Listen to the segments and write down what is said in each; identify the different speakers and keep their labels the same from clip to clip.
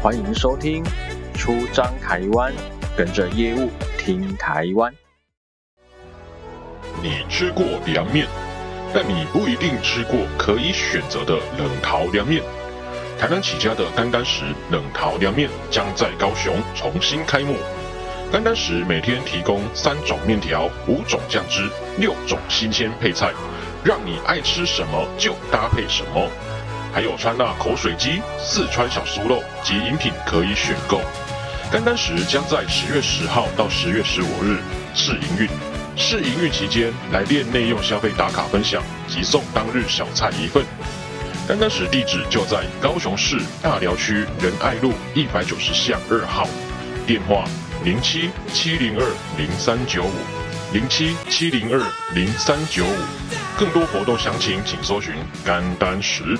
Speaker 1: 欢迎收听《出张台湾》，跟着业务听台湾。
Speaker 2: 你吃过凉面，但你不一定吃过可以选择的冷淘凉面。台南起家的干干石冷淘凉面将在高雄重新开幕。干干石每天提供三种面条、五种酱汁、六种新鲜配菜，让你爱吃什么就搭配什么。还有川辣口水鸡、四川小酥肉及饮品可以选购。干干石将在十月十号到十月十五日试营运，试营运期间来店内用消费打卡分享，即送当日小菜一份。干干石地址就在高雄市大寮区仁爱路一百九十巷二号，电话零七七零二零三九五零七七零二零三九五。更多活动详情，请搜寻干丹石。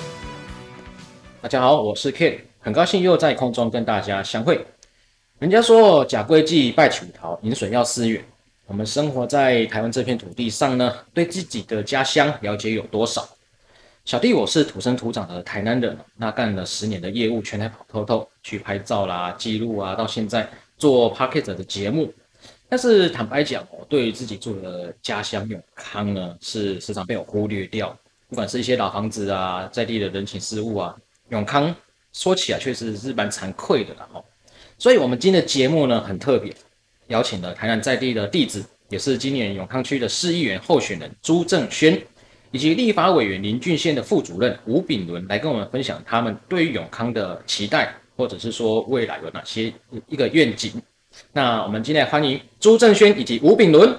Speaker 3: 大家好，我是 Kid，很高兴又在空中跟大家相会。人家说假贵计拜楚桃，饮水要思远。我们生活在台湾这片土地上呢，对自己的家乡了解有多少？小弟我是土生土长的台南人，那干了十年的业务，全台跑透透，去拍照啦、记录啊，到现在做 p o c k e t 的节目。但是坦白讲，我对于自己住的家乡永康呢，是时常被我忽略掉。不管是一些老房子啊，在地的人情事物啊，永康说起来确实是蛮惭愧的啦哦。所以，我们今天的节目呢很特别，邀请了台南在地的弟子，也是今年永康区的市议员候选人朱正轩，以及立法委员林俊宪的副主任吴炳伦，来跟我们分享他们对于永康的期待，或者是说未来有哪些一个愿景。那我们今天来欢迎朱正轩以及吴炳伦。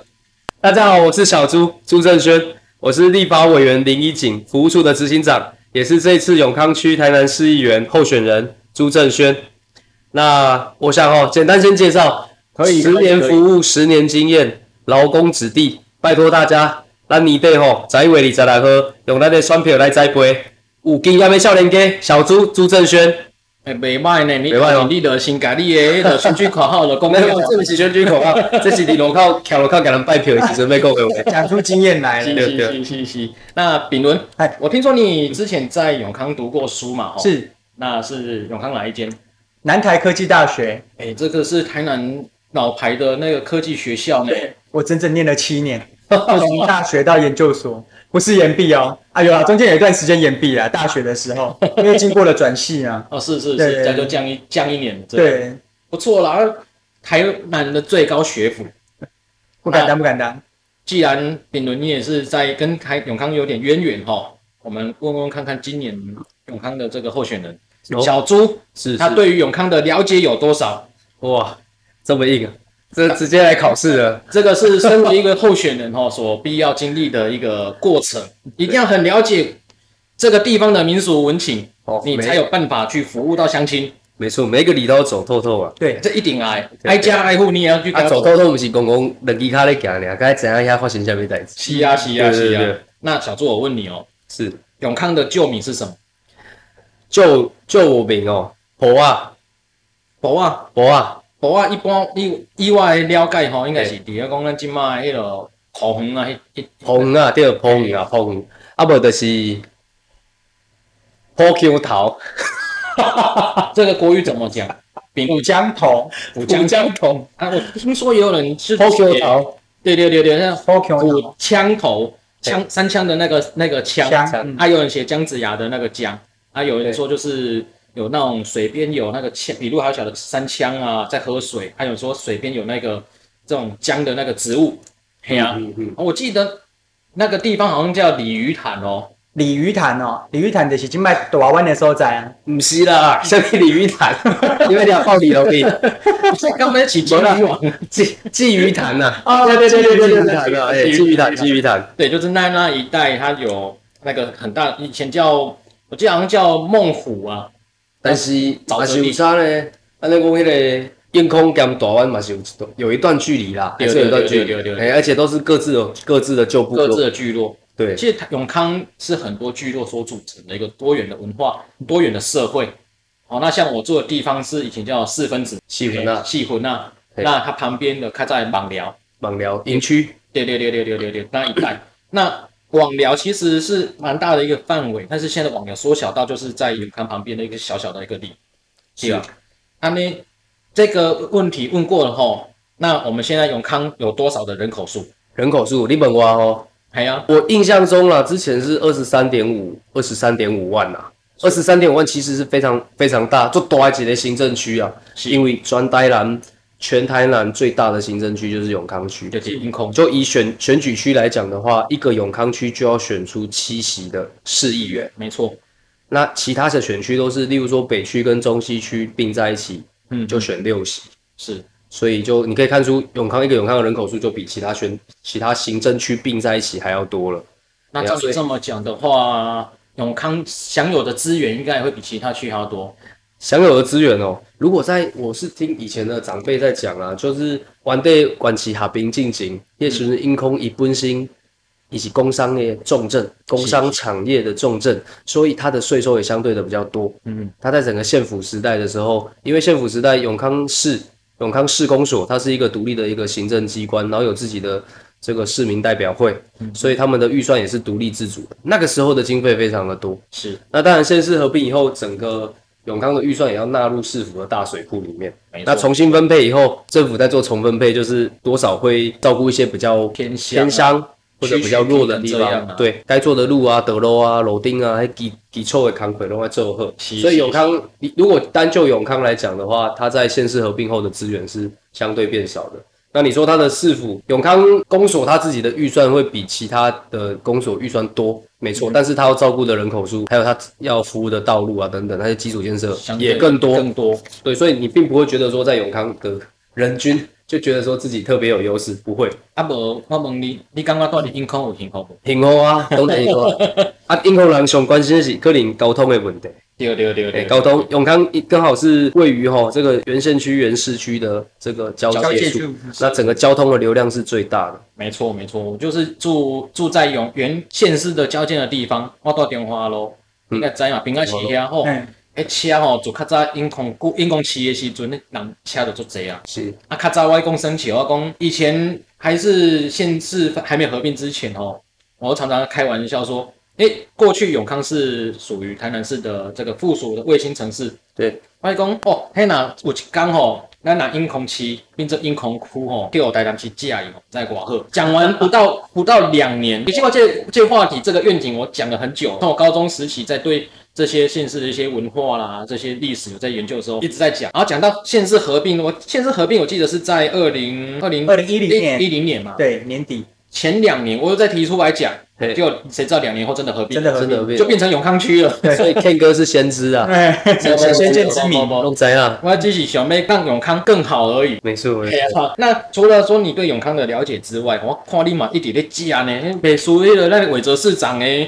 Speaker 4: 大家好，我是小朱朱正轩，我是立法委员林一景服务处的执行长，也是这次永康区台南市议员候选人朱正轩。那我想哦，简单先介绍，
Speaker 3: 可以
Speaker 4: 十年
Speaker 3: 可以
Speaker 4: 服务，十年经验，劳工子弟，拜托大家，咱年底吼，十一月二十来喝，用咱的选票来栽培，有经验的少年家，小朱朱正轩，
Speaker 3: 哎，袂歹呢，你
Speaker 4: 袂歹哦
Speaker 3: 你的先甲你的迄个选举口号了，公
Speaker 4: 没
Speaker 3: 开
Speaker 4: 有，这不是选举口 号，这是伫路口徛路口给人拜票，是准备讲的话。
Speaker 5: 讲出经验来了。
Speaker 4: 对
Speaker 3: 是是是是。那炳伦，
Speaker 5: 嗨
Speaker 3: 我听说你之前在永康读过书嘛？哦，
Speaker 5: 是
Speaker 3: 那是永康哪一间？
Speaker 5: 南台科技大学，
Speaker 3: 哎，这个是台南老牌的那个科技学校呢。
Speaker 5: 我整整念了七年，从大学到研究所，不是延毕哦。啊，有啊，中间有一段时间延毕啊，大学的时候，因为经过了转系 啊。
Speaker 3: 哦，是是
Speaker 5: 对
Speaker 3: 是，
Speaker 5: 对
Speaker 3: 加就降一降一年，这个
Speaker 5: 对，
Speaker 3: 不错啦。啊台南的最高学府，
Speaker 5: 不敢当，不敢当。
Speaker 3: 既然炳伦你也是在跟台永康有点渊源哈，我们问问看看今年永康的这个候选人
Speaker 4: 有
Speaker 3: 小朱，
Speaker 4: 是
Speaker 3: 他对于永康的了解有多少？
Speaker 4: 哇，这么硬啊！这直接来考试了。
Speaker 3: 这个是身为一个候选人哈、所必要经历的一个过程，一定要很了解这个地方的民俗文情，
Speaker 4: 哦
Speaker 3: 你才有办法去服务到乡亲。
Speaker 4: 没错，每一个里都要走透透啊。
Speaker 5: 对，
Speaker 3: 这一定啊，
Speaker 4: 对
Speaker 3: 挨家挨户你也要去跟
Speaker 4: 啊，
Speaker 3: 他
Speaker 4: 走透透不是讲讲两只脚咧行俩，该知影遐发生啥物代志。
Speaker 3: 是啊，是啊，
Speaker 4: 嗯对对
Speaker 3: 是啊
Speaker 4: 对。
Speaker 3: 那小朱，我问你哦，
Speaker 4: 是，
Speaker 3: 永康的旧名是什么？
Speaker 4: 救救我命哦，婆啊
Speaker 3: 博啊，
Speaker 4: 婆啊，
Speaker 3: 博啊，一般以以外的了解吼、应该是伫咧讲咱即卖迄落口红啊，迄迄
Speaker 4: 婆园啊，对，婆园啊，婆园，啊无就是坡丘头，
Speaker 3: 这个国语怎么讲？饼
Speaker 5: 五江头，
Speaker 3: 补江
Speaker 4: 江头，
Speaker 3: 啊，我听说也有人是
Speaker 4: 坡丘头，
Speaker 3: 对对对对，那
Speaker 5: 抛球
Speaker 3: 五枪头枪三枪的那个那个枪，
Speaker 5: 枪，
Speaker 4: 枪
Speaker 5: 嗯
Speaker 3: 啊，有人写姜子牙的那个姜，啊，有人
Speaker 4: 对
Speaker 3: 说就是有那种水边有那个枪，比鹿还小的山枪啊，在喝水，还有说水边有那个这种姜的那个植物，嘿呀、啊
Speaker 4: 嗯嗯，
Speaker 3: 我记得那个地方好像叫鲤鱼潭 哦，
Speaker 5: 鲤鱼潭哦，鲤鱼潭就是今麦大湾的所在啊。
Speaker 4: 嗯不是啦，下面鲤鱼潭，因为俩报鲤都可以，
Speaker 3: 刚才起鲤鱼王，
Speaker 4: 鲫鲫鱼潭呐，
Speaker 5: 哦，对对
Speaker 4: 鲫鱼潭啊，哎，鲫鱼潭，鲫鱼潭，
Speaker 3: 对，就是那那一带它有那个很大，以前叫我记得好像叫孟虎啊，
Speaker 4: 但是
Speaker 3: 沼
Speaker 4: 早
Speaker 3: 泽地
Speaker 4: 是有啥呢？哦安尼讲迄个硬空跟大湾嘛是有一段有一段距离啦，还
Speaker 3: 对
Speaker 4: 是有一段距
Speaker 3: 对对对
Speaker 4: 离，
Speaker 3: 对
Speaker 4: 哎，而且都是各自有各自的旧部落，
Speaker 3: 各自的聚落。
Speaker 4: 对
Speaker 3: 其实永康是很多聚落所组成的一个多元的文化、多元的社会。哦，那像我住的地方是以前叫四分子
Speaker 4: 细分啊，
Speaker 3: 细魂啊，
Speaker 4: 嘿
Speaker 3: 那它旁边的开在网寮，
Speaker 4: 网聊营区，
Speaker 3: 对对对对对对对那一带。那网寮其实是蛮大的一个范围，但是现在网寮缩小到就是在永康旁边的一个小小的一个里，
Speaker 4: 是
Speaker 3: 对啊。安妮这个问题问过了吼，那我们现在永康有多少的人口数？
Speaker 4: 人口数，你本哇哦，
Speaker 3: 哎呀，
Speaker 4: 我印象中啦，之前是二十三点五，二十三点五万呐，二十三点五万其实是非常非常大，做大一个行政区啊，
Speaker 3: 是
Speaker 4: 因为全台南全台南最大的行政区就是永康区，
Speaker 3: 就是阴空，
Speaker 4: 就以选选举区来讲的话，一个永康区就要选出七席的市议员，
Speaker 3: 没错，
Speaker 4: 那其他的选区都是，例如说北区跟中西区并在一起，
Speaker 3: 嗯
Speaker 4: 就选六席，
Speaker 3: 是
Speaker 4: 所以就你可以看出永康一个永康的人口数就比其他选其他行政区并在一起还要多了。
Speaker 3: 那
Speaker 4: 对啊
Speaker 3: 照
Speaker 4: 所
Speaker 3: 你
Speaker 4: 以
Speaker 3: 这么讲的话，永康享有的资源应该也会比其他区还要多。
Speaker 4: 享有的资源哦，如果在我是听以前的长辈在讲啊，就是玩对管其下兵进行，也时因空以本身以及工商业重镇、工商产业的重镇，所以它的税收也相对的比较多。
Speaker 3: 嗯，
Speaker 4: 它在整个县府时代的时候，因为县府时代永康市永康市公所，它是一个独立的一个行政机关，然后有自己的这个市民代表会，
Speaker 3: 嗯
Speaker 4: 所以他们的预算也是独立自主的。那个时候的经费非常的多，
Speaker 3: 是
Speaker 4: 那当然，县市合并以后，整个永康的预算也要纳入市府的大水库里面
Speaker 3: 没。错
Speaker 4: 那重新分配以后，政府在做重分配，就是多少会照顾一些比较
Speaker 3: 偏乡啊
Speaker 4: 偏乡或者比较弱的地
Speaker 3: 区区可能这样
Speaker 4: 方，
Speaker 3: 啊
Speaker 4: 对该做的路啊、德路啊、楼顶啊、还基基础的扛魁都在做好。
Speaker 3: 是
Speaker 4: 所以
Speaker 3: 是
Speaker 4: 永康，你如果单就永康来讲的话，它在县市合并后的资源是相对变少的。那你说它的市府永康公所，它自己的预算会比其他的公所预算多，没
Speaker 3: 嗯
Speaker 4: 错，但是它要照顾的人口数，还有它要服务的道路啊等等，它的基础建设
Speaker 3: 相对
Speaker 4: 也更多，
Speaker 3: 更多。
Speaker 4: 对，所以你并不会觉得说在永康的人均就觉得说自己特别有优势，不会。
Speaker 3: 啊无，我问你，你感觉到底阴空有幸福无？
Speaker 4: 幸好啊，当然幸好啊。啊，永康人上关心的是可能交通的问题。
Speaker 3: 对对对
Speaker 4: 哎、
Speaker 3: 对，
Speaker 4: 交通永康一刚好是位于吼这个原县区、原市区的这个交
Speaker 5: 交
Speaker 4: 界
Speaker 5: 界
Speaker 4: 处
Speaker 5: 处，
Speaker 4: 那整个交通的流量是最大的。
Speaker 3: 没错没错，我就是住住在永原县市的交界的地方，我到电话咯，
Speaker 4: 嗯
Speaker 3: 应该知嘛，平安市遐吼，
Speaker 5: 嗯，
Speaker 3: 迄车吼，就较早因空古因公市的时阵，那人车就足济啊。
Speaker 4: 是，
Speaker 3: 啊，较早我讲生气，我讲以前还是县市还没合并之前哦，我常常开玩笑说，诶、过去永康是属于台南市的这个附属的卫星城市，
Speaker 4: 对，
Speaker 3: 我讲哦，迄若有一天吼，咱若永康市变成永康区吼，叫台南市加油，在外好。讲完不到不到两年，你经过这这话题这个愿景，我讲了很久。从我高中时期在对这些县市的一些文化啦、这些历史有在研究的时候，一直在讲。然后讲到县市合并，我县市合并，我记得是在二零二零
Speaker 5: 2010年
Speaker 3: 一零年嘛，
Speaker 5: 对，年底
Speaker 3: 前两年我又再提出来讲，
Speaker 4: 嘿
Speaker 3: 就谁知道两年后真的合并，
Speaker 5: 真的合
Speaker 4: 真的有
Speaker 5: 并，
Speaker 4: 变
Speaker 3: 就变成永康区了。
Speaker 4: 所以 Ken 哥是先知 啊，
Speaker 5: 哎，先见之明，
Speaker 4: 弄怎样？
Speaker 3: 我只是想要让永康更好而已。
Speaker 4: 没错，没
Speaker 3: 对
Speaker 4: 错。
Speaker 3: 啊，那除了说你对永康的了解之外，我看你嘛一直咧讲呢，北输迄个那个韦哲市长 诶，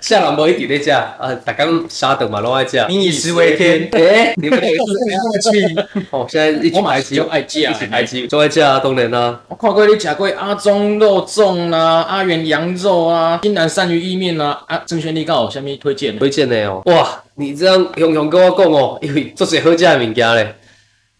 Speaker 4: 下人无一直咧食啊，逐工沙顿嘛拢爱食。
Speaker 5: 民以食 为天，
Speaker 4: 哎，你们两个
Speaker 5: 没那么去，
Speaker 4: 哦，现在一起
Speaker 3: 我嘛
Speaker 4: 排
Speaker 3: 是
Speaker 4: 挤
Speaker 3: 就，爱食
Speaker 4: 一起排挤， 都爱食啊，当然啦。
Speaker 3: 我看过你食过阿中肉粽啦、阿元羊肉啊、金南鳝鱼意面啦、啊，郑轩你告我下面推荐呢？
Speaker 4: 推荐的哦，哇，你这样雄雄跟我讲哦，因为做些好食的物件嘞，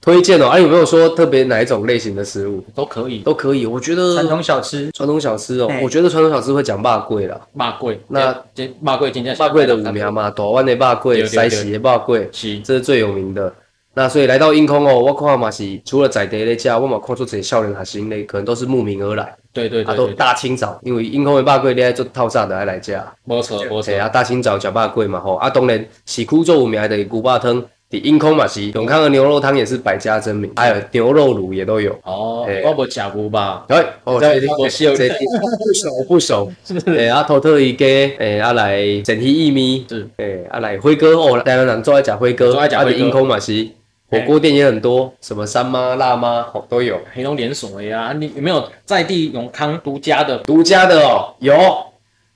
Speaker 4: 推荐哦。啊，有没有说特别哪一种类型的食物
Speaker 3: 都可以，
Speaker 4: 都可以？我觉得
Speaker 5: 传统小吃，
Speaker 4: 传统小吃哦，
Speaker 5: 哎
Speaker 4: 我觉得传统小吃会讲肉桂啦，
Speaker 3: 肉桂，
Speaker 4: 那
Speaker 3: 这这肉桂真正是
Speaker 4: 肉桂的五名啊嘛，台湾的肉桂、
Speaker 3: 哎对对对
Speaker 4: 西式的肉桂，
Speaker 3: 是
Speaker 4: 这是最有名的。那所以来到英空哦，我看嘛是除了在地的家，我嘛看出这些少年学生嘞，可能都是慕名而来，
Speaker 3: 对对
Speaker 4: 啊
Speaker 3: 对
Speaker 4: 都
Speaker 3: 对，
Speaker 4: 大清早，因为英空的肉桂你爱做套炸的爱来吃。
Speaker 3: 无错无错
Speaker 4: 嘿，啊，大清早食肉粿嘛吼，啊，当然市区最有名的牛肉汤，伫永康嘛是，永康的牛肉汤也是百家争鸣，还有牛肉卤也都有。
Speaker 3: 哦
Speaker 4: 嘿，
Speaker 3: 我无食牛吧，
Speaker 4: 哎，哦，
Speaker 3: 这
Speaker 4: 这个
Speaker 3: 我是有
Speaker 4: 这个不熟不熟，诶，啊，土特一家，诶，啊来整体意面，
Speaker 3: 是，
Speaker 4: 诶，啊来辉哥，哦，台湾人最爱讲辉哥，
Speaker 3: 最爱吃
Speaker 4: 啊，
Speaker 3: 辉哥
Speaker 4: 伫永康嘛是，火锅店也很多，什么三妈、辣妈，哦都有，
Speaker 3: 黑龙连锁的呀、啊，你有没有在地永康独家的？
Speaker 4: 独家的哦，有，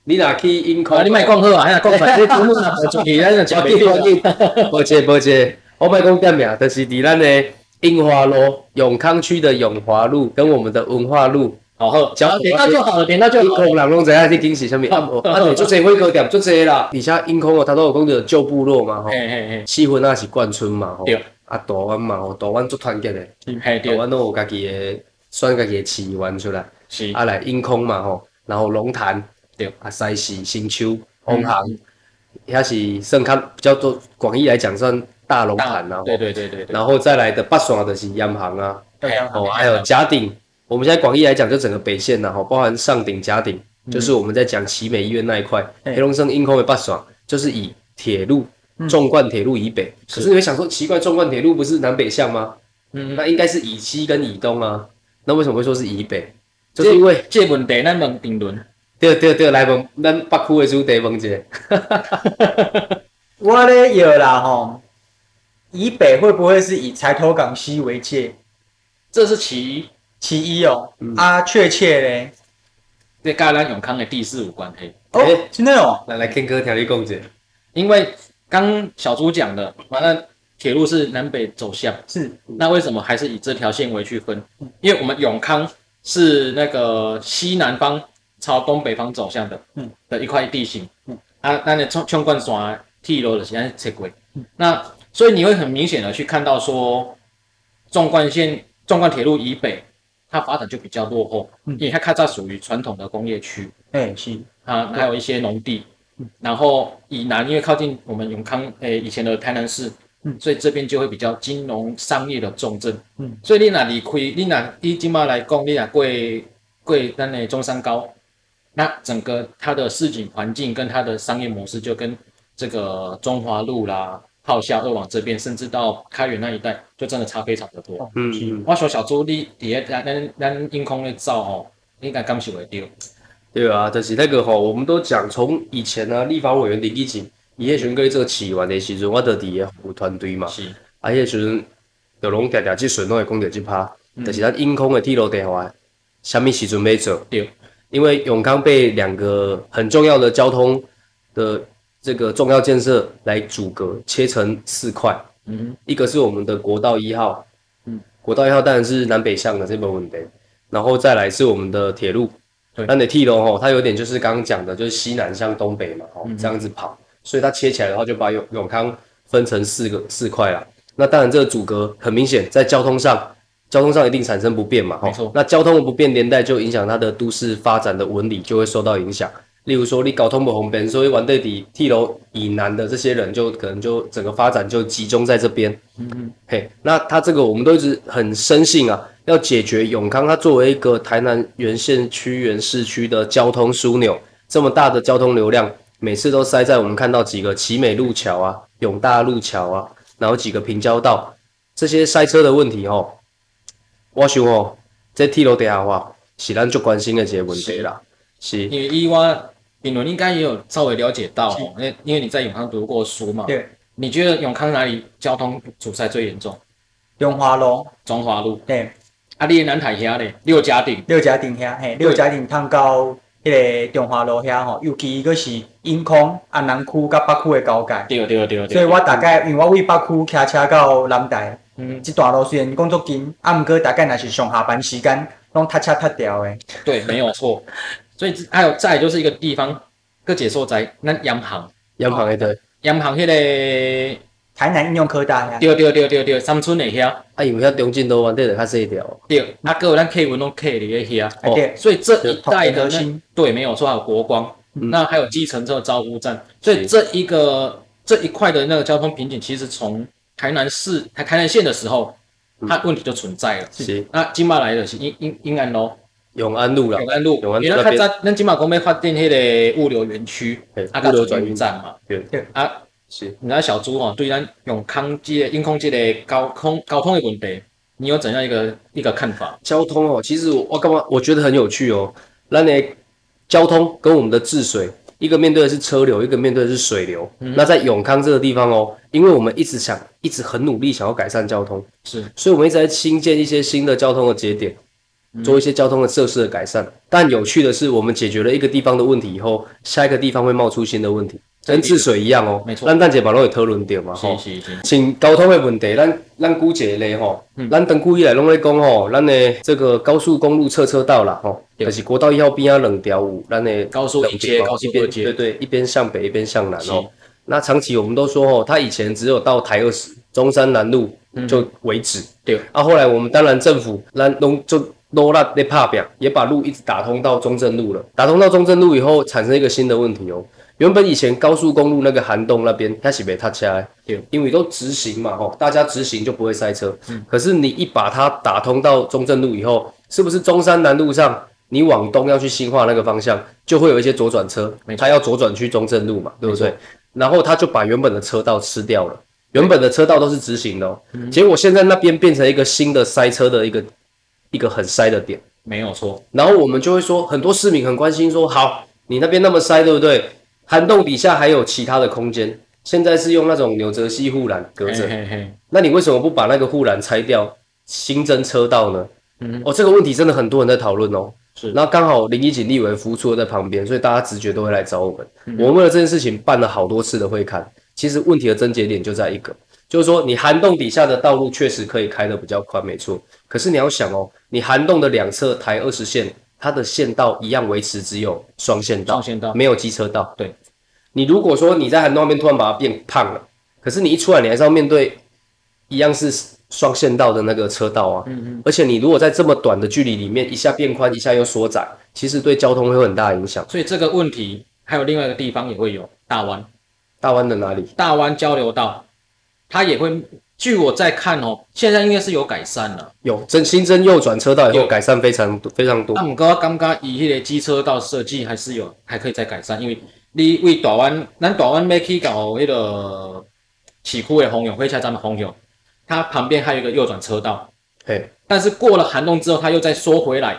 Speaker 4: 你若去永
Speaker 3: 啊，
Speaker 4: 康，
Speaker 3: 你卖讲好啊，哎呀，讲出来，你节目若无出去，咱就食
Speaker 4: 我记我记，抱歉抱歉，我卖讲店名，就是伫咱的樱花路永康区的永华路跟我们的文化路，
Speaker 3: 好好，
Speaker 4: 讲
Speaker 3: 好点到就好了，点到就
Speaker 4: 永
Speaker 3: 好
Speaker 4: 康
Speaker 3: 了。
Speaker 4: 人拢知影这间是啥物，啊，无啊，就这火锅店就这啦，而且永康哦，他都有讲着旧部落嘛吼，
Speaker 3: 嘿嘿嘿，
Speaker 4: 四分啊是贯村嘛吼
Speaker 3: 对，
Speaker 4: 啊大湾嘛吼，大湾足团结的，
Speaker 3: 嘿
Speaker 4: 大
Speaker 3: 对，
Speaker 4: 湾都有家己的选家己的市湾出来，
Speaker 3: 是，
Speaker 4: 啊来永康嘛吼，然后龙潭
Speaker 3: 对，
Speaker 4: 啊西市新丘、红行。遐是算较比较多广义来讲算大龙
Speaker 3: 大
Speaker 4: 盘啊，
Speaker 3: 对对对对对，
Speaker 4: 然后再来的八爽的是央行啊，
Speaker 5: 对啊
Speaker 4: 哦，还有甲顶，我们现在广义来讲，就整个北线然后包含上顶、甲顶，就是我们在讲奇美医院那一块，
Speaker 5: 嗯
Speaker 4: 黑龙江英空的八爽，就是以铁路纵贯铁路以北。可是你会想说，奇怪，纵贯铁路不是南北向吗？
Speaker 3: 嗯
Speaker 4: 那应该是以西跟以东啊，那为什么会说是以北？就
Speaker 3: 这
Speaker 4: 是因为
Speaker 3: 这问题咱问定论，
Speaker 4: 对对对，来问咱北区的主题问姐，
Speaker 5: 我咧有啦吼，以北会不会是以柴头港西为界？
Speaker 3: 这是其
Speaker 5: 其一哦，
Speaker 3: 嗯
Speaker 5: 啊，确切嘞，
Speaker 3: 这跟咱永康的地势有关系，
Speaker 5: 哦
Speaker 4: 诶，
Speaker 5: 真的哦，
Speaker 4: 来来 Ken 哥条理讲者，
Speaker 3: 因为刚小猪讲的，完了铁路是南北走向，
Speaker 5: 是
Speaker 3: 那为什么还是以这条线为区分？因为我们永康是那个西南方朝东北方走向的，
Speaker 5: 嗯，
Speaker 3: 的一块地形，
Speaker 5: 嗯，
Speaker 3: 啊，那你冲冲冠山剃楼的现在切轨，
Speaker 5: 嗯
Speaker 3: 那所以你会很明显的去看到说，纵贯线、纵贯铁路以北，它发展就比较落后，
Speaker 5: 嗯
Speaker 3: 因为它它在属于传统的工业区，
Speaker 5: 哎是，
Speaker 3: 啊，还有一些农地，然后以南因为靠近我们永康，诶、以前的台南市，
Speaker 5: 嗯
Speaker 3: 所以这边就会比较金融商业的重镇，
Speaker 5: 嗯，
Speaker 3: 所以你若离开，你若以今嘛来讲，你若过过咱的中山高，那整个它的市景环境跟它的商业模式就跟这个中华路啦、炮下二往这边，甚至到开元那一带，就真的差非常的多。
Speaker 4: 嗯
Speaker 5: 是
Speaker 4: 嗯，
Speaker 3: 我想小朱，你底下咱咱咱阴空的照哦，你应该感受会到。
Speaker 4: 对啊，就是那个吼，我们都讲从以前啊，立法委员林义景，伊迄时阵跟做市员的时阵，我就伫个服务团队嘛，
Speaker 3: 是，
Speaker 4: 啊，迄时阵就拢常常即顺拢会讲到即趴，
Speaker 3: 嗯
Speaker 4: 就是咱英空的铁路地方，啥物时阵要做？
Speaker 3: 对，
Speaker 4: 因为永康被两个很重要的交通的这个重要建设来阻隔，切成四块，
Speaker 3: 嗯
Speaker 4: 一个是我们的国道一号，
Speaker 3: 嗯，
Speaker 4: 国道一号当然是南北向的这部分的，然后再来是我们的铁路，
Speaker 3: 对
Speaker 4: 那你铁路吼，它有点就是刚刚讲的，就是西南向东北嘛，哦，
Speaker 3: 嗯
Speaker 4: 这样子跑，所以它切起来的话，就把永永康分成四个四块啦。那当然这个阻隔很明显，在交通上，交通上一定产生不便嘛，
Speaker 3: 没错
Speaker 4: 吼，那交通的不便连带就影响它的都市发展的纹理就会受到影响。例如说，你搞通不红边，所以玩对底剃楼以南的这些人就，可能就整个发展就集中在这边。嘿，那他这个我们都一直很深信啊，要解决永康它作为一个台南原县区、原市区的交通枢纽，这么大的交通流量，每次都塞在我们看到几个奇美路桥啊、永大路桥啊，然后几个平交道这些塞车的问题哦，我想哦，这铁路底下话是咱最关心的一个问题啦，是，
Speaker 3: 因为伊我炳伦应该也有稍微了解到哦，因为因为你在永康读过书嘛，
Speaker 5: 对，
Speaker 3: 你觉得永康哪里交通阻塞最严重？
Speaker 5: 永华路，
Speaker 3: 中华路、
Speaker 5: 对，
Speaker 3: 啊，你的南海遐咧，六家顶，
Speaker 5: 六甲顶遐，嘿，六甲顶通到迄个中华路遐吼，尤其佫是永康啊南区甲北区的交界。
Speaker 3: 对对对对，
Speaker 5: 所以我大概因为我为北区骑车到南台，
Speaker 3: 嗯
Speaker 5: 这段路虽然工作近，啊，毋过大概若是上下班时间，拢塞车塞掉的。
Speaker 3: 对没有错，所以这还有再来就是一个地方，个解说在咱央行，
Speaker 4: 杨旁一对，
Speaker 3: 央行迄、个，对
Speaker 5: 台南应用科大遐，
Speaker 3: 对对对对，三村的遐，
Speaker 4: 啊，因为遐中间都湾底就较细条，
Speaker 3: 对，啊，还有咱客运拢客伫咧遐，
Speaker 5: 哎对，
Speaker 3: 啊哦所以这一带
Speaker 5: 就
Speaker 3: 的
Speaker 5: 核
Speaker 3: 那
Speaker 5: 心
Speaker 3: 对没有错，还有国光，那还有基层这个招呼站，所以
Speaker 4: 嗯是
Speaker 3: 这一个这一块的那个交通瓶颈，其实从台南市台台南县的时候，它问题就存在了。
Speaker 4: 嗯是
Speaker 3: 那金马来的是英英英安路、
Speaker 4: 永安路啦
Speaker 3: 永，安路，
Speaker 4: 永安路
Speaker 3: 因为
Speaker 4: 那
Speaker 3: 它
Speaker 4: 边
Speaker 3: 在咱金马公要发展迄个物流园区
Speaker 4: 嘿，
Speaker 3: 啊，
Speaker 4: 物流
Speaker 3: 转
Speaker 4: 转
Speaker 3: 运
Speaker 4: 运
Speaker 3: 站嘛，
Speaker 4: 对，
Speaker 3: 啊，
Speaker 4: 是。
Speaker 3: 你知道小朱哦，对咱永康这个、永康这个高空高通的问题，你有怎样一个一个看法？
Speaker 4: 交通哦，其实我我干嘛？我觉得很有趣哦。那呢，交通跟我们的治水，一个面对的是车流，一个面对的是水流。
Speaker 3: 嗯
Speaker 4: 那在永康这个地方哦，因为我们一直想，一直很努力想要改善交通，
Speaker 3: 是
Speaker 4: 所以我们一直在新建一些新的交通的节点，
Speaker 3: 嗯
Speaker 4: 做一些交通的设施的改善。但有趣的是，我们解决了一个地方的问题以后，下一个地方会冒出新的问题，跟治水一样哦。
Speaker 3: 没错
Speaker 4: 咱蛋姐把都有讨论掉嘛，吼
Speaker 3: 是。是是，
Speaker 4: 像交通的问题，咱咱估一个吼，
Speaker 3: 嗯
Speaker 4: 咱长久以来拢咧讲吼，咱的这个高速公路侧车道啦吼，
Speaker 3: 对
Speaker 4: 就是国道一号边啊两条有咱的
Speaker 3: 高速一街
Speaker 4: 两边
Speaker 3: 高速二街
Speaker 4: 对对，一边向北，一边向南
Speaker 3: 是
Speaker 4: 哦。那长期我们都说吼，它以前只有到台二十中山南路
Speaker 3: 嗯
Speaker 4: 就为止，
Speaker 3: 对，
Speaker 4: 啊，后来我们当然政府咱拢就都那那怕表，也把路一直打通到中正路了。打通到中正路以后，产生一个新的问题哦，原本以前高速公路那个涵洞那边，它是没塌下来
Speaker 3: 对，
Speaker 4: 因为都直行嘛，吼，大家直行就不会塞车。
Speaker 3: 嗯
Speaker 4: 可是你一把它打通到中正路以后，是不是中山南路上，你往东要去新化那个方向，就会有一些左转车
Speaker 3: 没，错
Speaker 4: 它要左转去中正路嘛，对不
Speaker 3: 没
Speaker 4: 对？然后它就把原本的车道吃掉了，原本的车道都是直行的、哦，结果现在那边变成一个新的塞车的一个一个很塞的点。
Speaker 3: 没有错，
Speaker 4: 然后我们就会说，很多市民很关心说，好，你那边那么塞，对不对？涵洞底下还有其他的空间，现在是用那种纽泽西护栏隔
Speaker 3: 嘿
Speaker 4: 着，
Speaker 3: 嘿嘿，
Speaker 4: 那你为什么不把那个护栏拆掉，新增车道呢？
Speaker 3: 嗯
Speaker 4: 哦，这个问题真的很多人在讨论哦。
Speaker 3: 是
Speaker 4: 然后刚好林一锦立委服出在旁边，所以大家直觉都会来找我们。
Speaker 3: 嗯
Speaker 4: 我们为了这件事情办了好多次的会刊，其实问题的症结点就在一个，就是说你涵洞底下的道路确实可以开得比较宽，没错。可是你要想哦，你涵洞的两侧台二十线，它的线道一样维持只有双线道，
Speaker 3: 双线道
Speaker 4: 没有机车道。
Speaker 3: 对，
Speaker 4: 你如果说你在涵洞那边突然把它变胖了，可是你一出来，你还是要面对一样是双线道的那个车道啊。而且你如果在这么短的距离里面一下变宽，一下又缩窄，其实对交通会有很大影响。
Speaker 3: 所以这个问题还有另外一个地方也会有大湾，
Speaker 4: 大湾的哪里？
Speaker 3: 大湾交流道，它也会。据我在看哦，现在应该是有改善了。
Speaker 4: 有真新增右转车道以后
Speaker 3: 有啊
Speaker 4: 改善非常多非常多
Speaker 3: 那。毋过我感觉伊迄个机车道设计还是有还可以再改善，因为你为大湾，咱大湾要去到迄个市区的方向，火车站的方向，它旁边还有一个右转车道，
Speaker 4: 嘿，
Speaker 3: 但是过了涵洞之后，它又再缩回来，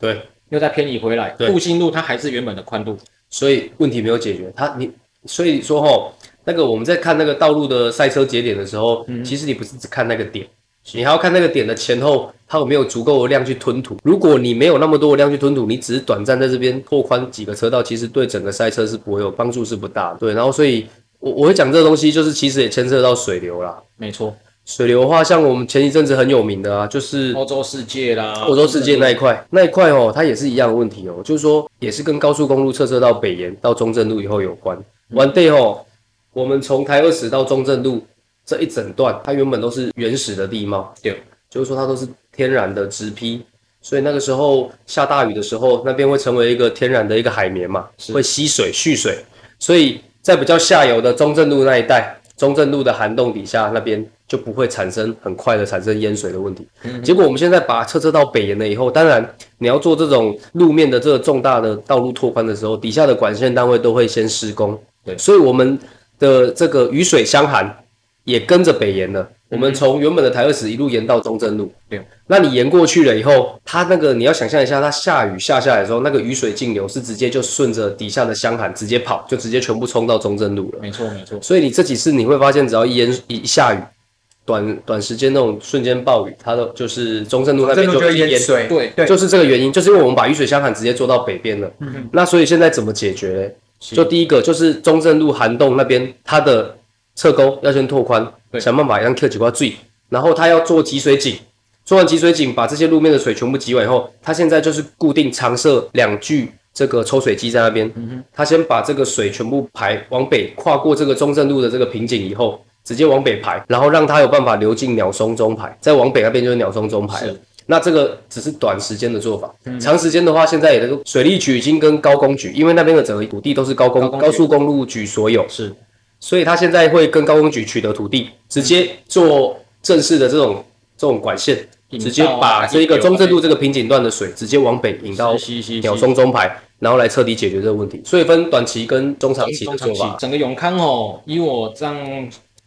Speaker 4: 对，
Speaker 3: 又再偏移回来。
Speaker 4: 对
Speaker 3: 复兴路它还是原本的宽度，
Speaker 4: 所以问题没有解决。它你所以说吼，那个我们在看那个道路的赛车节点的时候，其实你不是只看那个点，你还要看那个点的前后它有没有足够的量去吞吐。如果你没有那么多的量去吞吐，你只是短暂在这边拓宽几个车道，其实对整个赛车是不会有帮助，是不大的。对，然后所以我我会讲这个东西，就是其实也牵涉到水流啦。
Speaker 3: 没错，
Speaker 4: 水流的话，像我们前一阵子很有名的啊，就是
Speaker 3: 欧洲世界啦，
Speaker 4: 欧洲世界那一块，那一块哦，它也是一样的问题哦，就是说也是跟高速公路侧车到北沿到中正路以后有关。完 day 哦，我们从台二十到中正路这一整段，它原本都是原始的地貌，
Speaker 3: 对，
Speaker 4: 就是说它都是天然的直劈，所以那个时候下大雨的时候，那边会成为一个天然的一个海绵嘛，会吸水蓄水，所以在比较下游的中正路那一带，中正路的涵洞底下那边就不会产生很快的产生淹水的问题。
Speaker 3: 嗯
Speaker 4: 结果我们现在把车车到北沿了以后，当然你要做这种路面的这个重大的道路拓宽的时候，底下的管线单位都会先施工，
Speaker 3: 对
Speaker 4: 所以我们的这个雨水相含也跟着北沿了。我们从原本的台二十一路沿到中正路，
Speaker 3: 嗯对，
Speaker 4: 那你沿过去了以后，它那个你要想象一下，它下雨下下来的时候，那个雨水径流是直接就顺着底下的箱涵直接跑，就直接全部冲到中正路了。
Speaker 3: 没错没错，
Speaker 4: 所以你这几次你会发现，只要一淹一下雨，短短时间那种瞬间暴雨，它都就是中正路那
Speaker 5: 真
Speaker 4: 边
Speaker 5: 的
Speaker 4: 就
Speaker 5: 就会
Speaker 4: 一
Speaker 5: 淹水，
Speaker 3: 对
Speaker 5: 对，
Speaker 4: 就是这个原因，就是因为我们把雨水箱涵直接做到北边了。
Speaker 5: 嗯
Speaker 4: 那所以现在怎么解决嘞？就第一个就是中正路涵洞那边，它的侧沟要先拓宽，
Speaker 3: 对
Speaker 4: 想办法让 Q 几块最，然后它要做集水井，做完集水井，把这些路面的水全部集完以后，它现在就是固定常设两具这个抽水机在那边，它先把这个水全部排往北，跨过这个中正路的这个瓶颈以后。直接往北排，然后让它有办法流进鸟松中排，再往北那边就是鸟松中排了
Speaker 3: 是。
Speaker 4: 那这个只是短时间的做法，
Speaker 3: 嗯
Speaker 4: 长时间的话，现在也能够水利局已经跟高工局，因为那边的整个土地都是高工
Speaker 3: 高工局
Speaker 4: 高速公路局所有，
Speaker 3: 是
Speaker 4: 所以他现在会跟高工局取得土地，直接做正式的这种这种管线，
Speaker 3: 引道啊
Speaker 4: 直接把这个
Speaker 3: 引流啊
Speaker 4: 中正路这个瓶颈段的水直接往北引到
Speaker 3: 是是是是
Speaker 4: 鸟松中排，然后来彻底解决这个问题。所以分短期跟中长期的
Speaker 3: 中
Speaker 4: 做
Speaker 3: 长期
Speaker 4: 法。
Speaker 3: 整个永康哦，以我这样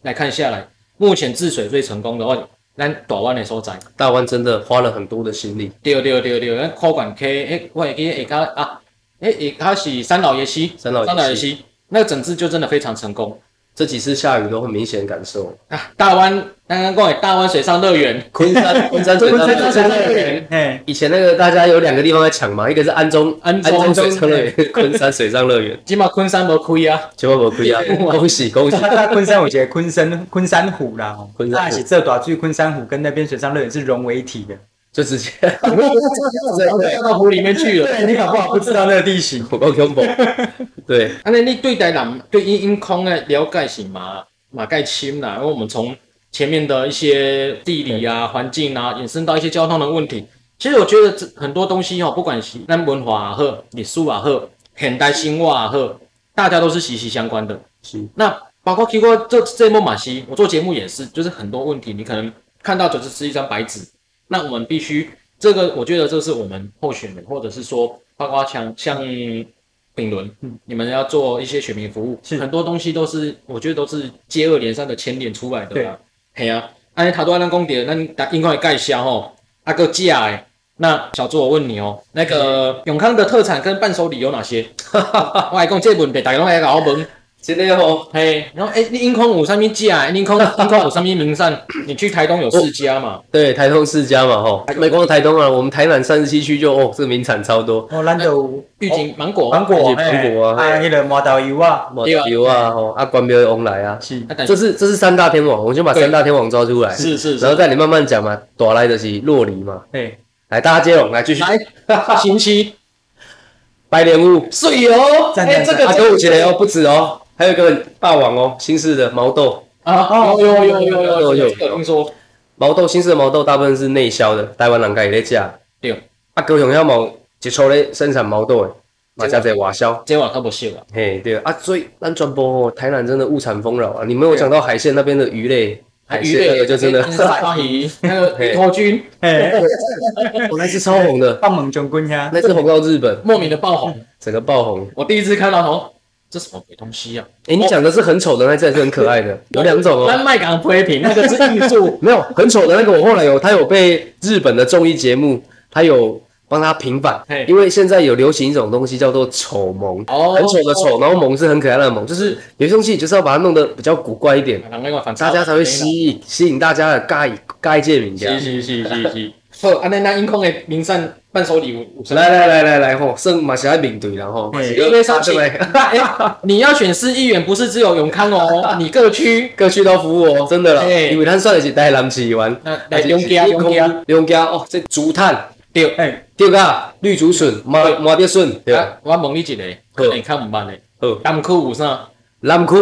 Speaker 3: 来看下来，目前治水最成功的话，咱大湾的所在。
Speaker 4: 大湾真的花了很多的心力，
Speaker 3: 对对对对，咱科管 K，诶，我会记得下骹啊，诶下骹是三老爷溪，
Speaker 4: 三老爷溪
Speaker 3: 溪，那个整治就真的非常成功
Speaker 4: 这几次下雨都很明显感受。
Speaker 3: 啊！大湾刚刚讲的大湾水上乐园，
Speaker 4: 昆山昆山水上乐
Speaker 5: 这这
Speaker 4: 园
Speaker 5: 这这，哎，
Speaker 4: 以前那个大家有两个地方在抢嘛，一个是安中
Speaker 3: 安中
Speaker 4: 安水上乐园，昆山水上乐园，
Speaker 3: 今嘛昆山无开 啊，
Speaker 4: 千万不要亏啊！恭喜恭喜！
Speaker 5: 他在昆山，我觉得昆山昆山湖啦，哦
Speaker 4: 昆山湖
Speaker 5: 那是这短距昆山湖跟那边水上乐园是融为一体的。
Speaker 4: 就直接
Speaker 3: 掉到湖里面去了。
Speaker 5: 对你搞不好不知道那个地形，
Speaker 4: 我够恐怖。对，
Speaker 3: 安啊尼你对台南对因因空的了解是嘛嘛盖深啦，因为我们从前面的一些地理啊、环境啊，衍生到一些交通的问题。其实我觉得这很多东西哦，不管是咱文化也好，历史也好，现代生活也好，大家都是息息相关的。
Speaker 4: 是
Speaker 3: 那包括 Q 哥这这一幕马西，我做节目也是，就是很多问题你可能看到只是一张白纸，那我们必须这个，我觉得这是我们候选人，或者是说包括像像丙伦，你们要做一些选民服务，
Speaker 5: 是
Speaker 3: 很多东西都是我觉得都是接二连三的牵连出来的啦。嘿啊，安尼头拄仔咱讲着，咱打应该介绍吼，啊个假诶。那小朱，我问你哦，那个永康的特产跟伴手礼有哪些？ 我还讲这问题，大家拢爱甲我问。
Speaker 4: 今天哦，
Speaker 3: 嘿，然后哎，你英空五三边假，英空英空五三边名善，你去台东有四家嘛？
Speaker 4: 对，台东世家嘛，吼，没光台东啊，我们台南三十七区就哦，这个名产超多，
Speaker 5: 哦，咱就
Speaker 3: 玉井芒果，
Speaker 5: 芒果
Speaker 4: 而，且芒果啊
Speaker 5: 嘿啊，迄个麻豆油啊，
Speaker 4: 毛
Speaker 3: 对啊
Speaker 4: 球啊，吼，啊，关庙翁来啊，
Speaker 5: 是哎
Speaker 3: 啊，但
Speaker 4: 这是这是三大天王，我们先把
Speaker 3: 对
Speaker 4: 三大天王抓出来，
Speaker 3: 是是
Speaker 4: 然后
Speaker 3: 是，
Speaker 4: 再你慢慢讲嘛，朵来的是洛梨嘛，
Speaker 5: 嘿，
Speaker 4: 来大家接龙来继续，
Speaker 3: 来，星期
Speaker 4: 白莲雾，
Speaker 3: 水哦，
Speaker 5: 赞
Speaker 3: 哎，
Speaker 5: 赞
Speaker 3: 这
Speaker 5: 赞
Speaker 3: 个
Speaker 4: 啊，跟我起来哦，不止哦，还有一个霸王哦，新式的毛豆，
Speaker 3: 啊，有有有有有有，这个听说
Speaker 4: 毛豆新式的毛豆大部分是内销的，台湾人家也在吃。
Speaker 3: 对，
Speaker 4: 啊，高雄遐毛一撮咧生产毛豆诶，嘛加在外销。
Speaker 3: 这晚可不秀啊，
Speaker 4: 嘿，对啊，所以咱转播吼，台南真的物产丰饶啊！你没有讲到海鲜那边的鱼类，海
Speaker 3: 啊鱼
Speaker 4: 鲜那
Speaker 3: 类
Speaker 4: 个就真的，
Speaker 3: 鲨鱼，那个鱼头菌
Speaker 5: 嘿，
Speaker 4: 我那次超红的，
Speaker 5: 放猛将军遐，
Speaker 4: 那次红到日本，
Speaker 3: 莫名的爆红，
Speaker 4: 整个爆红。哎
Speaker 3: 我第一次看到，头这什么鬼东西啊？
Speaker 4: 诶，你讲的是很丑的，那次还是很可爱的，有两种哦。
Speaker 3: 丹麦港推平，那个是艺术，
Speaker 4: 没有很丑的那个，我后来有他有被日本的综艺节目，他有帮他平反
Speaker 3: 嘿，
Speaker 4: 因为现在有流行一种东西叫做丑萌，
Speaker 3: 哦
Speaker 4: 很丑的丑，然后萌是很可爱的萌，就是有些东西你就是要把它弄得比较古怪一点，
Speaker 3: 人那个反
Speaker 4: 大家才会吸引吸引大家的尬尬界名家。
Speaker 3: 是是是是是。好，安尼咱音控的名善伴手礼有有什么？
Speaker 4: 来来来来来吼，剩马来面对然后
Speaker 5: 嘿
Speaker 3: 因为上去
Speaker 4: 啊对
Speaker 3: 哎你要选市议员，不是只有永康 哦，你各区
Speaker 4: 各区都服务哦，真的啦，
Speaker 3: 嘿
Speaker 4: 因为咱算的是台南市玩，
Speaker 3: 那呃来永嘉永嘉
Speaker 4: 永嘉哦，这竹炭
Speaker 3: 对。
Speaker 5: 嘿，
Speaker 4: 对啊，绿竹笋麻麻竹笋对吧？
Speaker 3: 啊我问你一个，可能较毋捌的，
Speaker 4: 好。
Speaker 3: 南区有啥？
Speaker 4: 南区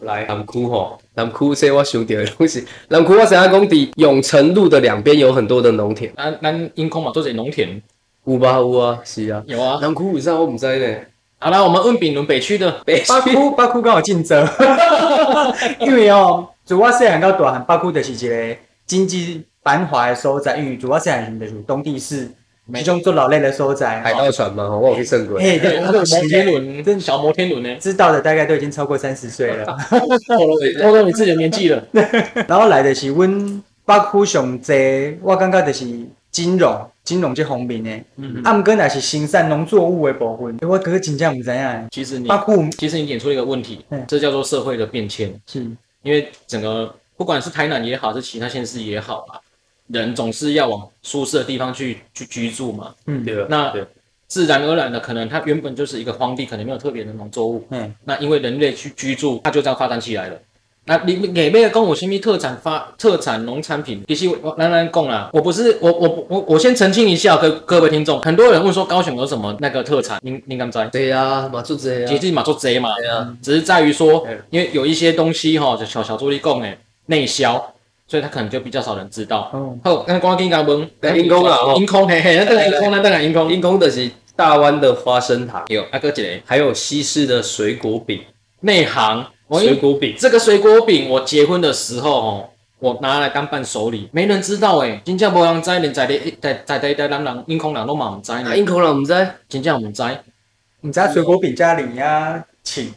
Speaker 4: 来，南区吼，南区这我想到的东西， 南区我知影讲伫永城路的两边有很多的农田，
Speaker 3: 咱咱音控嘛，做者农田
Speaker 4: 有吧有啊，是啊。
Speaker 3: 有啊。
Speaker 4: 南区有啥我唔知呢？
Speaker 3: 好啦，我们问丙伦北区的，
Speaker 4: 北
Speaker 5: 北
Speaker 4: 区
Speaker 5: 区北区跟我竞争， 因为哦，自我细汉到大汉，北区就是一个经济繁华的所在，因为自我细汉就是东地市，其中做劳累的所在，
Speaker 4: 海盗船嘛，吼，我有去胜过。
Speaker 5: 嘿，哎对，
Speaker 3: 那
Speaker 5: 我
Speaker 3: 个
Speaker 5: 有
Speaker 3: 摩天
Speaker 5: 时
Speaker 3: 轮，小摩天轮 呢？
Speaker 5: 知道的大概都已经超过三十岁了。
Speaker 3: 透露透露你自己的年纪 了。
Speaker 5: 然后来的是阮北区上济，我感觉就是金融，金融这方面的。
Speaker 3: 嗯
Speaker 5: 啊，毋过若是生产农作物的部分，我可真正毋知影。
Speaker 3: 其实你
Speaker 5: 北
Speaker 4: 啊
Speaker 5: 区
Speaker 3: 其实你点出了一个问题
Speaker 4: 哎
Speaker 5: 嗯，
Speaker 3: 这叫做社会的变迁。
Speaker 5: 是
Speaker 3: 因为整个不管是台南也好，是其他县市也好吧，人总是要往舒适的地方去去居住嘛。
Speaker 5: 嗯，
Speaker 4: 对啊，
Speaker 3: 那
Speaker 4: 对
Speaker 3: 自然而然的，可能它原本就是一个荒地，可能没有特别的农作物。
Speaker 5: 嗯，
Speaker 3: 那因为人类去居住，它就这样发展起来了。那你给那个跟我新密特产发特产农产品，其实我兰兰供啦，我不是我我我我先澄清一下各各位听众，很多人问说高雄有什么那个特产，您您敢知？
Speaker 4: 对啊，嘛就这
Speaker 3: 其
Speaker 4: 样。
Speaker 3: 实嘛做贼嘛，
Speaker 4: 对啊，
Speaker 3: 只是在于说
Speaker 4: 嗯，
Speaker 3: 因为有一些东西哈，就小小助力供诶内销，所以他可能就比较少人知道。
Speaker 5: 哦，
Speaker 3: 好，那光跟你讲问，
Speaker 4: 来银工啦吼
Speaker 3: 银空嘿嘿，那当然银空，那当然银空。
Speaker 4: 因公的是大湾的花生糖，
Speaker 3: 有啊阿哥姐
Speaker 4: 还有西式的水果饼，
Speaker 3: 内行，我
Speaker 4: 水果饼
Speaker 3: 这个水果饼，我结婚的时候哦，我拿来当伴手礼，没人知道诶，真正无人知，连在地在在在在咱人银空人都嘛唔知
Speaker 4: 啊，
Speaker 3: 呢，
Speaker 4: 因公人唔知，
Speaker 3: 真正唔知，
Speaker 5: 毋知影水果饼加零啊，请，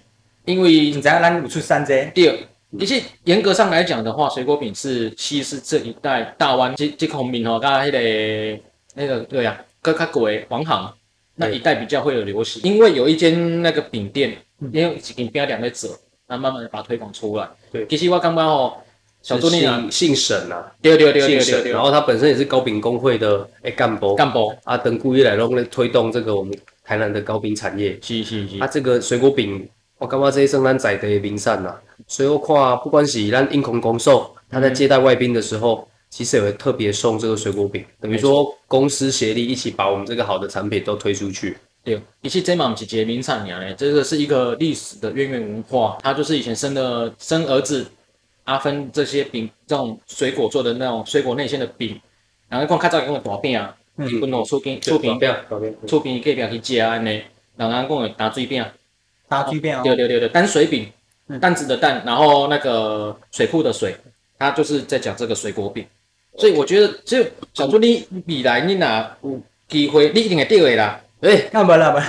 Speaker 3: 因
Speaker 5: 毋知
Speaker 3: 为
Speaker 5: 影咱有出三者，
Speaker 3: 第二。其实严格上来讲的话，水果饼是西式这一带大湾这这方面哦，跟那个那个对呀、啊，跟卡鬼黄行那一带比较会有流行，因为有一间那个饼店，因为几间饼店在折，那慢慢的把它推广出来。
Speaker 4: 对
Speaker 3: 其实我刚刚哦，小助理啊，
Speaker 4: 姓姓沈啊，
Speaker 3: 对对对
Speaker 4: 姓
Speaker 3: 对对
Speaker 4: 沈，
Speaker 3: 对
Speaker 4: 然，后他本身也是糕饼工会的诶干部，
Speaker 3: 干部，
Speaker 4: 啊，等故意来弄来推动这个我们台南的糕饼产业。
Speaker 3: 是是是
Speaker 4: 啊，，这个水果饼，我感觉这一生咱在地的名产啦。所以我看，不管是咱英空公寿，他在接待外宾的时候，其实也会特别送这个水果饼，等于说公司协力一起把我们这个好的产品都推出去。
Speaker 3: 对，其实这嘛不是一个名产娘嘞，这个是一个历史的渊源文化，它就是以前生的生儿子阿芬这些饼，这种水果做的那种水果内馅的饼，然后光看照用的大饼啊，
Speaker 5: 嗯
Speaker 3: 日本哦出饼出饼
Speaker 4: 表表表
Speaker 3: 出饼隔壁去食安尼，人家讲的打水饼，
Speaker 5: 打曲变哦，
Speaker 3: 对对对对，单水饼
Speaker 5: 嗯，
Speaker 3: 担子的担，然后那个水库的水，他就是在讲这个水果饼。所以我觉得，就小朱，你未来你哪有机会，你一定会对的啦。
Speaker 4: 哎，
Speaker 5: 那啊无啦无啦，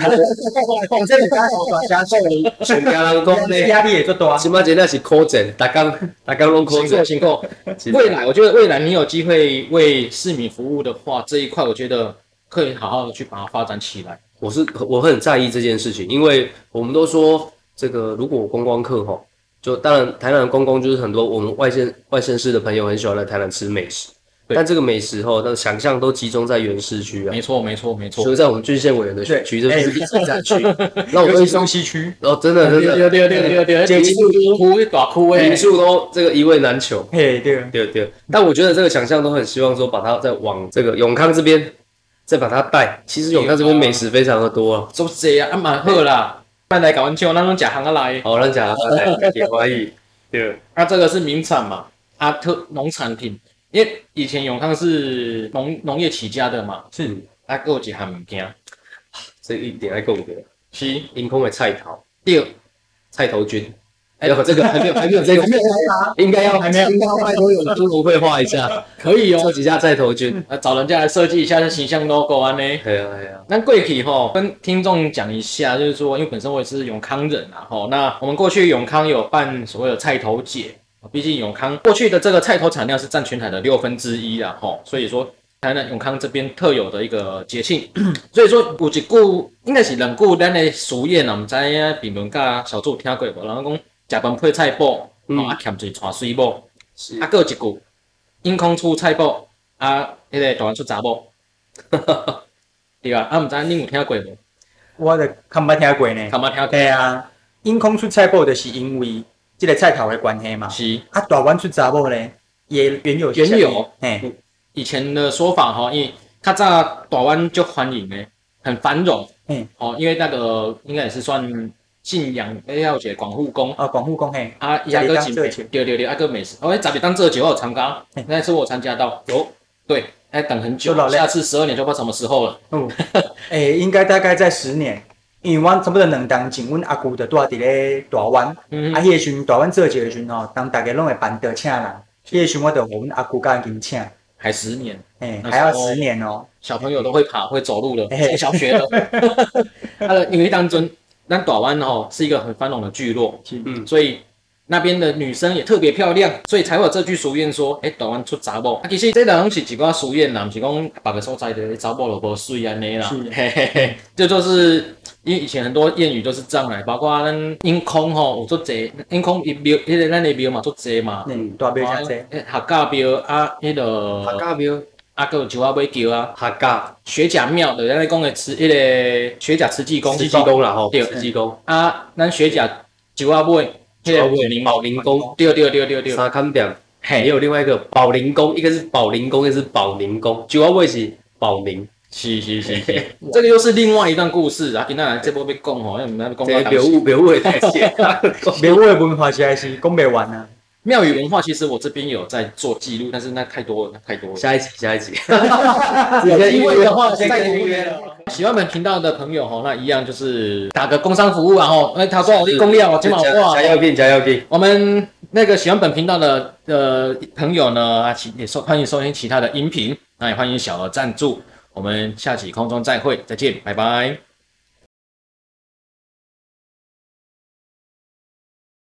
Speaker 5: 我这个加手大加手，
Speaker 4: 全家人 讲呢，
Speaker 5: 压力也做大。
Speaker 4: 起码真那是考证，大刚大刚拢考
Speaker 3: 辛
Speaker 4: 证
Speaker 3: 苦，辛苦。
Speaker 4: 真的
Speaker 3: 未来，我觉得未来你有机会为市民服务的话，这一块我觉得可以好好的去把它发展起来。
Speaker 4: 我是我很在意这件事情，因为我们都说这个，如果观光客哈，就当然台南观光就是很多我们外县外县市的朋友很喜欢来台南吃美食，
Speaker 3: 对
Speaker 4: 但这个美食哈，那想象都集中在原市区啊
Speaker 3: 没，错，没错，没错哎
Speaker 4: 所。以在我们郡县委员的选区，这
Speaker 5: 对
Speaker 4: 是一直在去。 那我跟你说，
Speaker 5: 西区，
Speaker 4: 哦，真的真的，
Speaker 3: 对对对
Speaker 4: 解禁
Speaker 3: 哭一大哭哎
Speaker 4: 民，宿都这个一位难求。
Speaker 5: 嘿对，
Speaker 4: 对对，但我觉得这个想象都很希望说，把它再往这个永康这边，再把它带。其实永康这边美食非常的多啊。
Speaker 3: 做这啊，啊蛮好啦。慢来搞完酒，那种假行啊来。
Speaker 4: 好，让讲啊，来铁花艺，对，
Speaker 3: 啊，这个是名产嘛，啊特农产品，因为以前永康是农农业起家的嘛，
Speaker 4: 是
Speaker 3: 啊，还有一项物件
Speaker 4: 这一点来共给
Speaker 3: 是
Speaker 4: 银空的菜头
Speaker 3: 对，
Speaker 4: 菜头君。哎呦，这个还没有还没有这个，应该要还没有，应该要拜托有侏儒绘画一下，
Speaker 3: 可以
Speaker 4: 做
Speaker 3: 哦。
Speaker 4: 几下菜头君。
Speaker 3: 啊，找人家来设计一下这形象 logo 啊呢。
Speaker 4: 哎呀哎呀，
Speaker 3: 那过去吼，跟听众讲一下，就是说，因为本身我也是永康人啊，吼，那我们过去永康有办所谓的菜头节，哦毕竟永康过去的这个菜头产量是占全台的六分之一啊，吼，所以说台南永康这边特有的一个节 庆，所以说有一句应该是两句咱的俗谚啊，毋知影评论家小助听过无？然后讲食饭配菜脯，
Speaker 4: 嗯
Speaker 3: 吼啊欠嘴带水某，
Speaker 4: 是
Speaker 3: 啊，还有一句，因空出菜脯，啊，迄、个大人出查某，对吧？啊，毋知恁有听过无？
Speaker 5: 我的看捌听过呢。
Speaker 3: 看冇听过？
Speaker 5: 对啊，因空出菜脯就是因为这个菜头的关系嘛。
Speaker 3: 是
Speaker 5: 啊，大湾出查某呢，也原有
Speaker 3: 原有，嗯
Speaker 5: 嘿，
Speaker 3: 以前的说法哈，因为较早大湾就欢迎诶，很繁荣，
Speaker 5: 嗯，
Speaker 3: 哦，因为那个应该也是算信仰，哎，要个广护宫。
Speaker 5: 啊，广护公嘿，
Speaker 3: 啊，伊阿哥景
Speaker 5: 十二
Speaker 3: 美
Speaker 5: 当这，
Speaker 3: 对对对，阿哥美食，哦，咱们当这酒我有参加
Speaker 5: 嗯，
Speaker 3: 那次我有参加到，有，对，哎，等很久
Speaker 5: 就老，了
Speaker 3: 下次十二年就不知道什么时候了，
Speaker 5: 嗯， 诶、应该大概在十年，因为阮差不多两当前，阮阿舅就住伫咧大湾，
Speaker 3: 嗯
Speaker 5: 啊，，迄个时阵大湾做节的时阵吼，当大家拢会办桌请人，迄个时阵我就互阮阿舅甲因请，
Speaker 3: 还十年，
Speaker 5: 诶、
Speaker 3: 那时候
Speaker 5: 还要十年哦、
Speaker 3: 小朋友都会爬会走路了，上
Speaker 5: 嘿
Speaker 3: 小学了。 呃，因为当中，那短湾哦是一个很繁荣的聚落，
Speaker 4: 嗯
Speaker 3: 所以那边的女生也特别漂亮，所以才会有这句俗谚说：“哎、短湾出查某。啊，其实这人是一个俗谚啦，不是讲别个所在的查某就无水安尼啦。
Speaker 5: 是
Speaker 3: 嘿嘿嘿，这 就是因为以前很多谚语都是这样来，包括咱因空吼有做济，因空一庙，迄个咱的庙嘛做济嘛，啊
Speaker 5: 嗯，大庙真济，
Speaker 3: 客家庙啊，迄
Speaker 4: 客
Speaker 3: 个
Speaker 4: 家庙，
Speaker 3: 啊，还有酒啊，尾桥啊。
Speaker 4: 客家
Speaker 3: 学甲庙的，咱咧讲的慈，迄个学甲慈济宫，
Speaker 4: 慈济宫啦吼，
Speaker 3: 对
Speaker 4: 慈济宫，
Speaker 3: 啊，咱学甲九啊尾，迄
Speaker 4: 九
Speaker 3: 个
Speaker 4: 仔尾
Speaker 3: 灵
Speaker 4: 保龄宫，
Speaker 3: 对对对对对，
Speaker 4: 沙坎表，也
Speaker 3: 嘿，
Speaker 4: 有另外一个保龄宫，一个是保龄宫，一个是保龄宫，九号位是保龄，
Speaker 3: 是是是是，这个又是另外一段故事啊。今仔这波要讲吼，要哎唔咱讲
Speaker 4: 这
Speaker 3: 到
Speaker 4: 表物表物也太简单了。
Speaker 5: 庙宇的文化实在是讲袂完啊。
Speaker 3: 庙宇文化，其实我这边有在做记录，但是那太多了，那太多了。
Speaker 4: 下一集，下一集，
Speaker 3: 有机会的话，
Speaker 5: 先
Speaker 3: 再
Speaker 5: 跟你 约
Speaker 3: 了。喜欢本频道的朋友吼，那一样就是打个工商服务啊吼。哎，他说我的攻略，我今晚
Speaker 4: 加
Speaker 3: 哇
Speaker 4: 加，药片，加药片，
Speaker 3: 啊我们那个喜欢本频道的呃朋友呢，啊，请也收欢迎收听其他的音频，那也欢迎小额赞助。我们下期空中再会，再见，拜拜。